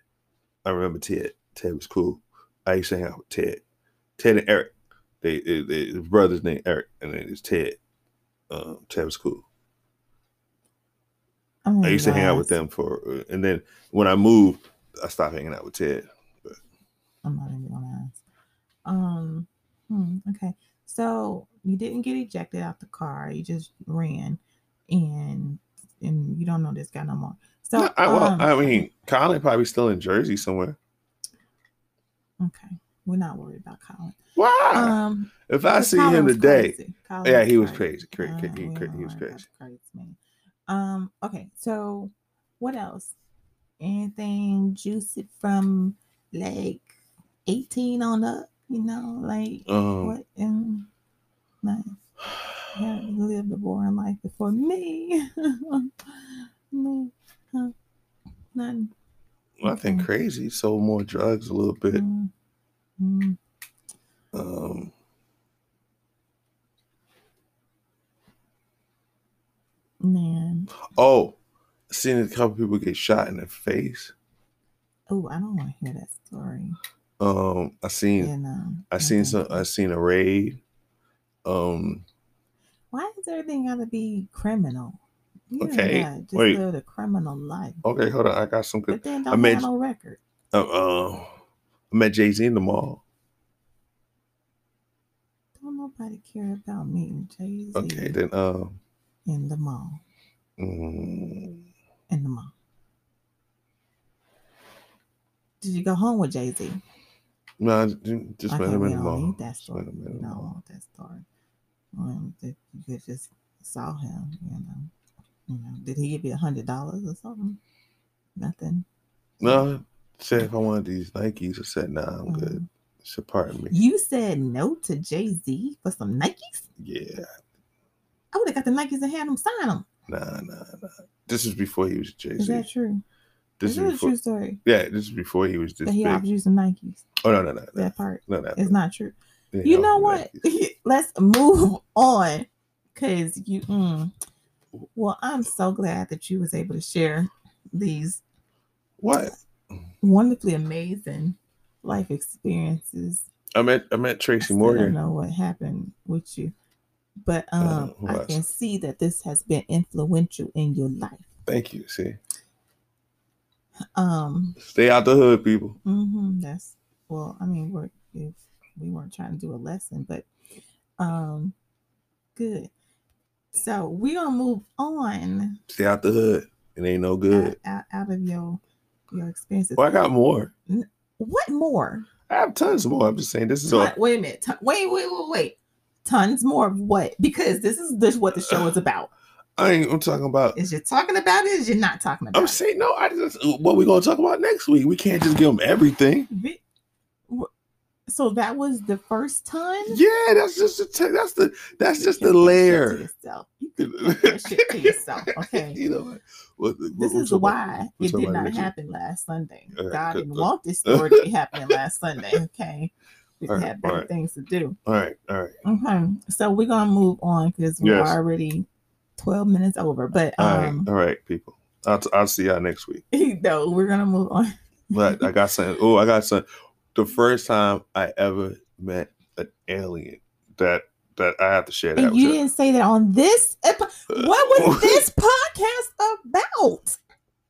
I remember Ted. Ted was cool. I used to hang out with Ted. Ted and Eric. They, they, they his brother's name Eric, and then it's Ted. Um, Ted was cool. I'm I used to hang out with lost. them for, uh, and then when I moved, I stopped hanging out with Ted. I'm not even gonna ask. Um. hmm, okay. So you didn't get ejected out the car. You just ran, and and you don't know this guy no more. So No, I, well, um, I mean, Colin probably still in Jersey somewhere. okay, we're not worried about Colin. Wow! Um, if I but see Colin him was today, crazy. Colin yeah, he was crazy. Cra- Uh, cra- he we cra- don't he was worry about crazy. the crazy man. Um. Okay. So what else? Anything juicy from like eighteen on up? You know, like Um, what in nice. Yeah, you lived a boring life before me. <laughs> me, huh? Nothing. nothing Okay. crazy. Sold more drugs a little bit. Mm, mm. Um, man, oh, seen a couple people get shot in the face. oh, I don't want to hear that story. Um, I seen You know, I mm-hmm. seen some I seen a raid. Um, Why does everything got to be criminal? You ain't Okay, gotta just wait. live a criminal life, okay, hold on. I got some good. but then don't I have made- no record. Uh, uh, I met Jay Z in the mall. Don't nobody care about meeting Jay Z Okay, then um, in the mall. mm, In the mall. Did you go home with Jay Z? no, I ju- just met him we in don't the mall. need that Just story. met him in We the don't mall. want that story. Um, that you could just saw him, you know. You know, did he give you a hundred dollars or something? Nothing. No, I said if I wanted these Nikes, I said nah, I'm good. Um, So pardon me. You said no to Jay Z for some Nikes. Yeah, I would have got the Nikes and had him sign them. nah, nah, nah. This is before he was Jay Is Z. that true? This is is that a before. true story? Yeah, this is before he was this That he offered big. you some Nikes. Oh no, no, no, no, That part no, no. is no. not true. Yeah, he You know offered what? me Nikes. <laughs> Let's move on, cause you. Mm. Well, I'm so glad that you was able to share these What? wonderfully amazing life experiences. I met I met I Tracy still don't Morgan. know what happened with you, but Uh, um, who I else? can see that this has been influential in your life. Thank you. See, Um, stay out the hood, people. mhm, that's well, I mean, we're if we weren't trying to do a lesson, but um, good. So we're gonna move on Stay out the hood. It ain't no out, good. out, out of your your experiences. Well, I got more. What more? I have tons more. I'm just saying this is all. Ton- wait a minute. Ton- wait, wait, wait, wait. Tons more of what? Because this is this is what the show is about. I ain't. I'm talking about. Is you talking about it? Is you not talking about I'm it? saying no. I just what we gonna talk about next week. We can't just give them everything. Vi- wh- So that was the first ton. Yeah, that's just the te- that's the that's You just kept that shit the to <laughs> layer. yourself. You kept that shit to you yourself. <laughs> Okay. know what? what, what This we'll is talk about- why we'll it talk did about it not next week. happen last Sunday. All right, God good, didn't good. want this story to be <laughs> happening last Sunday. Okay. We've All right, had all better right. things to do. All right, all right. Okay. So we're gonna move on because we're Yes. already twelve minutes over. But All right, um all right, people. I'll, t- I'll see y'all next week. <laughs> no, we're gonna move on. But I <laughs> got something. Oh, I got some. The first time I ever met an alien that that I have to share that And with you you. didn't say that on this. ep- What <laughs> was this podcast about?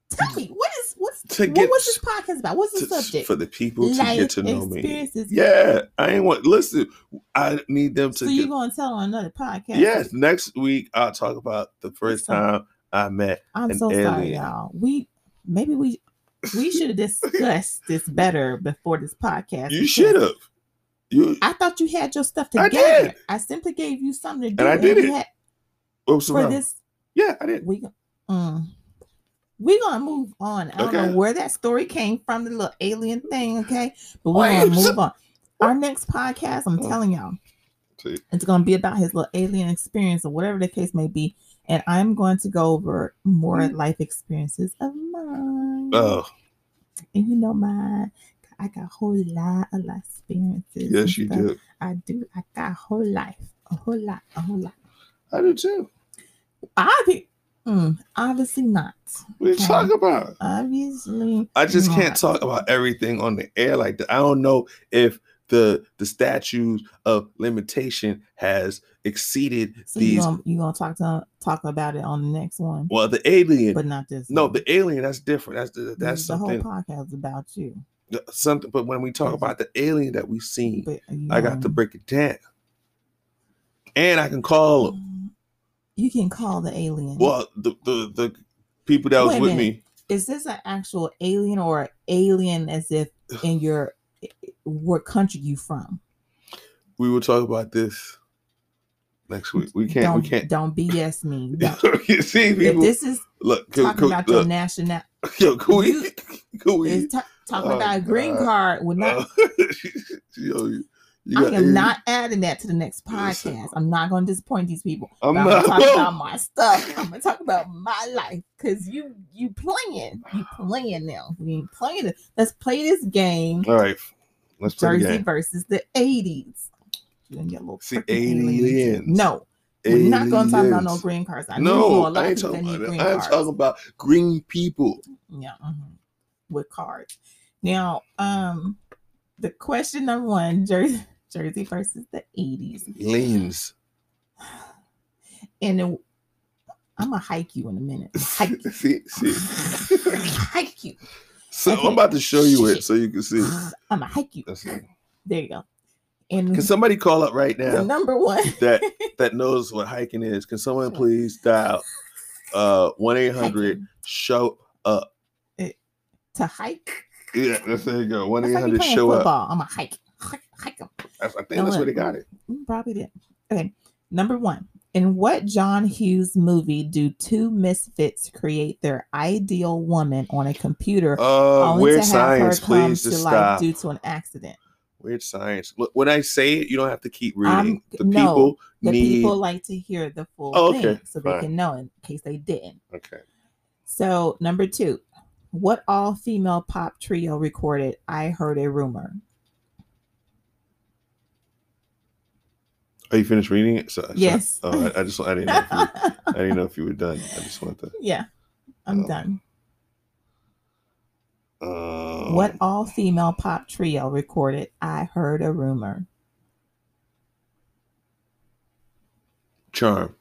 Tell me what is what's <laughs> To what get- was this podcast about? What's the To- subject? for the people to Life get to know me. experiences. Yeah, I ain't want. Listen, I need them to. So get, you're gonna tell on another podcast? yes, next week I'll talk about the first So- time I met. I'm an so sorry, alien. y'all. We maybe we we should have discussed this better before this podcast. You because should have. You I thought you had your stuff I together. I, did. simply gave you something to do, And I did you it. had- what was the for problem? this Yeah, I did. we mm, we gonna move on. I don't Okay. know where that story came from, the little alien thing, okay? But Why we're you gonna so- <laughs> move on. Our next podcast, I'm Oh. telling y'all, See, it's gonna be about his little alien experience or whatever the case may be. And I'm going to go over more Mm. life experiences of mine. oh, And you know my I got a whole lot of life experiences. and yes, you stuff. did. I do. I got a whole life. A whole lot. A whole lot. I do too. I be, mm, obviously not. What are you Okay. talking about? Obviously. I just can't not. talk about everything on the air like that. I don't know if the the statues of limitation has exceeded So you these. gonna you gonna talk to talk about it on the next one, Well, the alien. but not this. no, one. the alien. That's different. That's the, The- that's the whole something. podcast is about you. Something. But when we talk Mhm. about the alien that we seen, But you I got to know, break it down, and I can call them. um, You can call the alien. Well, the the the people that was Mm-hmm. Wait a with minute. me. Is this an actual alien or a alien as <sighs> if in your what country you from? We will talk about this next week. We can't. don't we <laughs> can't. don't BS <laughs> me. No. you see, if people. this is look, could, talking could, about your look, national yo, could we? you- <laughs> Could we? is ta- talking Oh, about a green God. card would not Uh, <laughs> yo, you, you I got- am not adding that to the next Listen. podcast. I'm not going to disappoint these people. I'm But I'm, not. gonna talk about my stuff. <laughs> I'm gonna talk about my life because you you playing, you playing now. We ain't playing it. Let's play this game, <laughs> All right, let's play the Jersey game. versus the '80s. You and your little See, frickin' aliens. aliens. No, we're not gonna talk about no Aliens. green cards. I know you know a No, lot I of ain't people that talking need about green that. I ain't cards. mm-hmm. talking about green people. yeah, mhm, with cards. Now, um, the question number one Jersey, Jersey versus the 80s. Leans. And then- I'm going to hike you in a minute. Hike you. <laughs> see, <laughs> see. hike you. So Okay. I'm about to show you it so you <laughs> can see. <gasps> I'm going to hike you. That's it. There you go. And Can somebody call up right the now number one. <laughs> that that knows what hiking is? Can someone please dial uh one eight hundred show up? to hike. Yeah, that's there you go. One That's eight like you hundred playing show up. football. I'm going to hike. Hike, hike 'em. That's, I think that's where they got it. Mm, Probably did. Okay. Number one. In what John Hughes movie do two misfits create their ideal woman on a computer Uh, only weird to have her science, come please to just life stop. due to an accident? Weird science. Look, when I say it, you don't have to keep I'm- reading. the no, people The need. people like to hear the full Oh, okay. thing so they Fine. can know in case they didn't. Okay. So number two, what all female pop trio recorded I Heard a Rumor? Are you finished reading it? So, so- Yes. oh, I, I just I didn't know if you, <laughs> I didn't know if you were done. I just want to. yeah, I'm Oh. done. <laughs> Um, What all female pop trio recorded I Heard a Rumor? charm?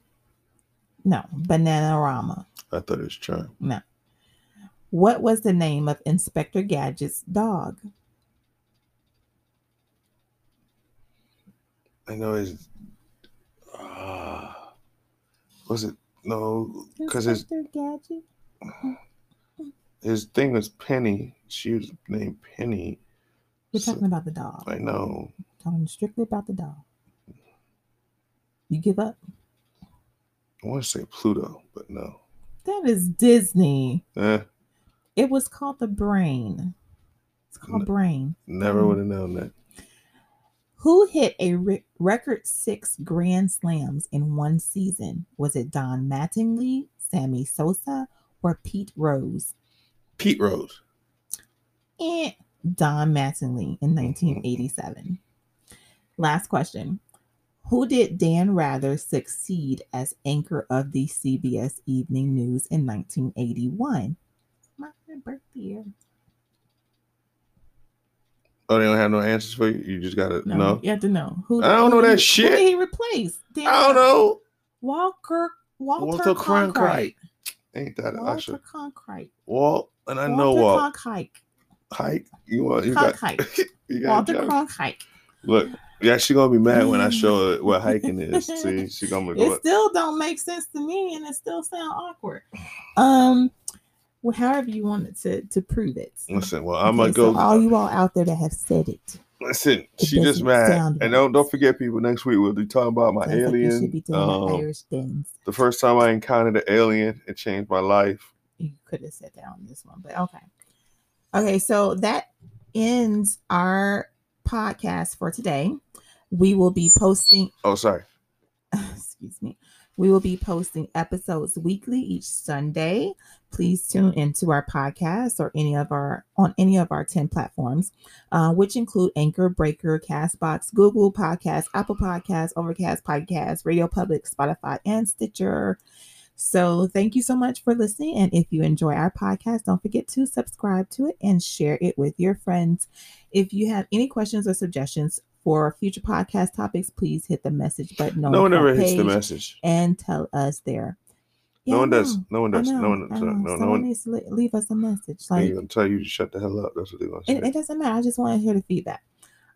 No, Bananarama. I thought it was charm. What was the name of Inspector Gadget's dog? I know it's. Uh, was it no? Because his Inspector Gadget? his thing was Penny. She was named Penny. We're So- talking about the dog. I know. talking strictly about the dog. You give up? I want to say Pluto, but no. That is Disney. Eh, It was called the Brain. It's called No. Brain. never would have known that. Who hit a re- record six grand slams in one season? Was it Don Mattingly, Sammy Sosa, or Pete Rose? Pete Rose. Eh, Don Mattingly in 1987. Last question. Who did Dan Rather succeed as anchor of the CBS Evening News in 1981? My birth year. Oh, they don't have no answers for you. You just gotta know. you have to know. Who, I don't know who that did- Who shit. did he replace? Dan I Rather. don't know. Walker, Walter, Walter Cronkite. Cronkite. Ain't that an usher? Walter Cronkite. Walt and I know Walter Walt. Cronkite. Hike. You want <laughs> you got Cronkite. <laughs> you got Walter a job. Cronkite. Look, yeah, she gonna be mad when <laughs> I show her what hiking is. See, she gonna go. It still don't make sense to me, and it still sound awkward. Um, well, however you wanted to to prove it. Listen, well, I'm gonna Okay, so go. all you all out there that have said it. Listen, It she just doesn't mad, sound and don't don't right. forget, people. Next week we'll be talking about my sounds like you should alien. be doing the um, Irish things. the first time I encountered an alien, it changed my life. you could have said that on this one, but okay. Okay, so that ends our podcast for today. We will be posting, <laughs> Oh, sorry. excuse me, we will be posting episodes weekly each Sunday. Please tune into our podcast or any of our on any of our 10 platforms, uh, which include Anchor, Breaker, Castbox, Google Podcasts, Apple Podcasts, Overcast Podcasts, Radio Public, Spotify, and Stitcher. So, thank you so much for listening. And if you enjoy our podcast, don't forget to subscribe to it and share it with your friends. If you have any questions or suggestions for future podcast topics, please hit the message button. on No one the ever hits the page message. And tell us there. No Yeah, I one does. know. No one I does. No know, one. I No, know. no, Someone no one. needs to le- leave us a message. They're Like, gonna tell you to shut the hell up. That's what they're gonna it, say. it doesn't matter. I just want to hear the feedback.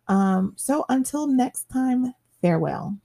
Um, so, until next time, farewell.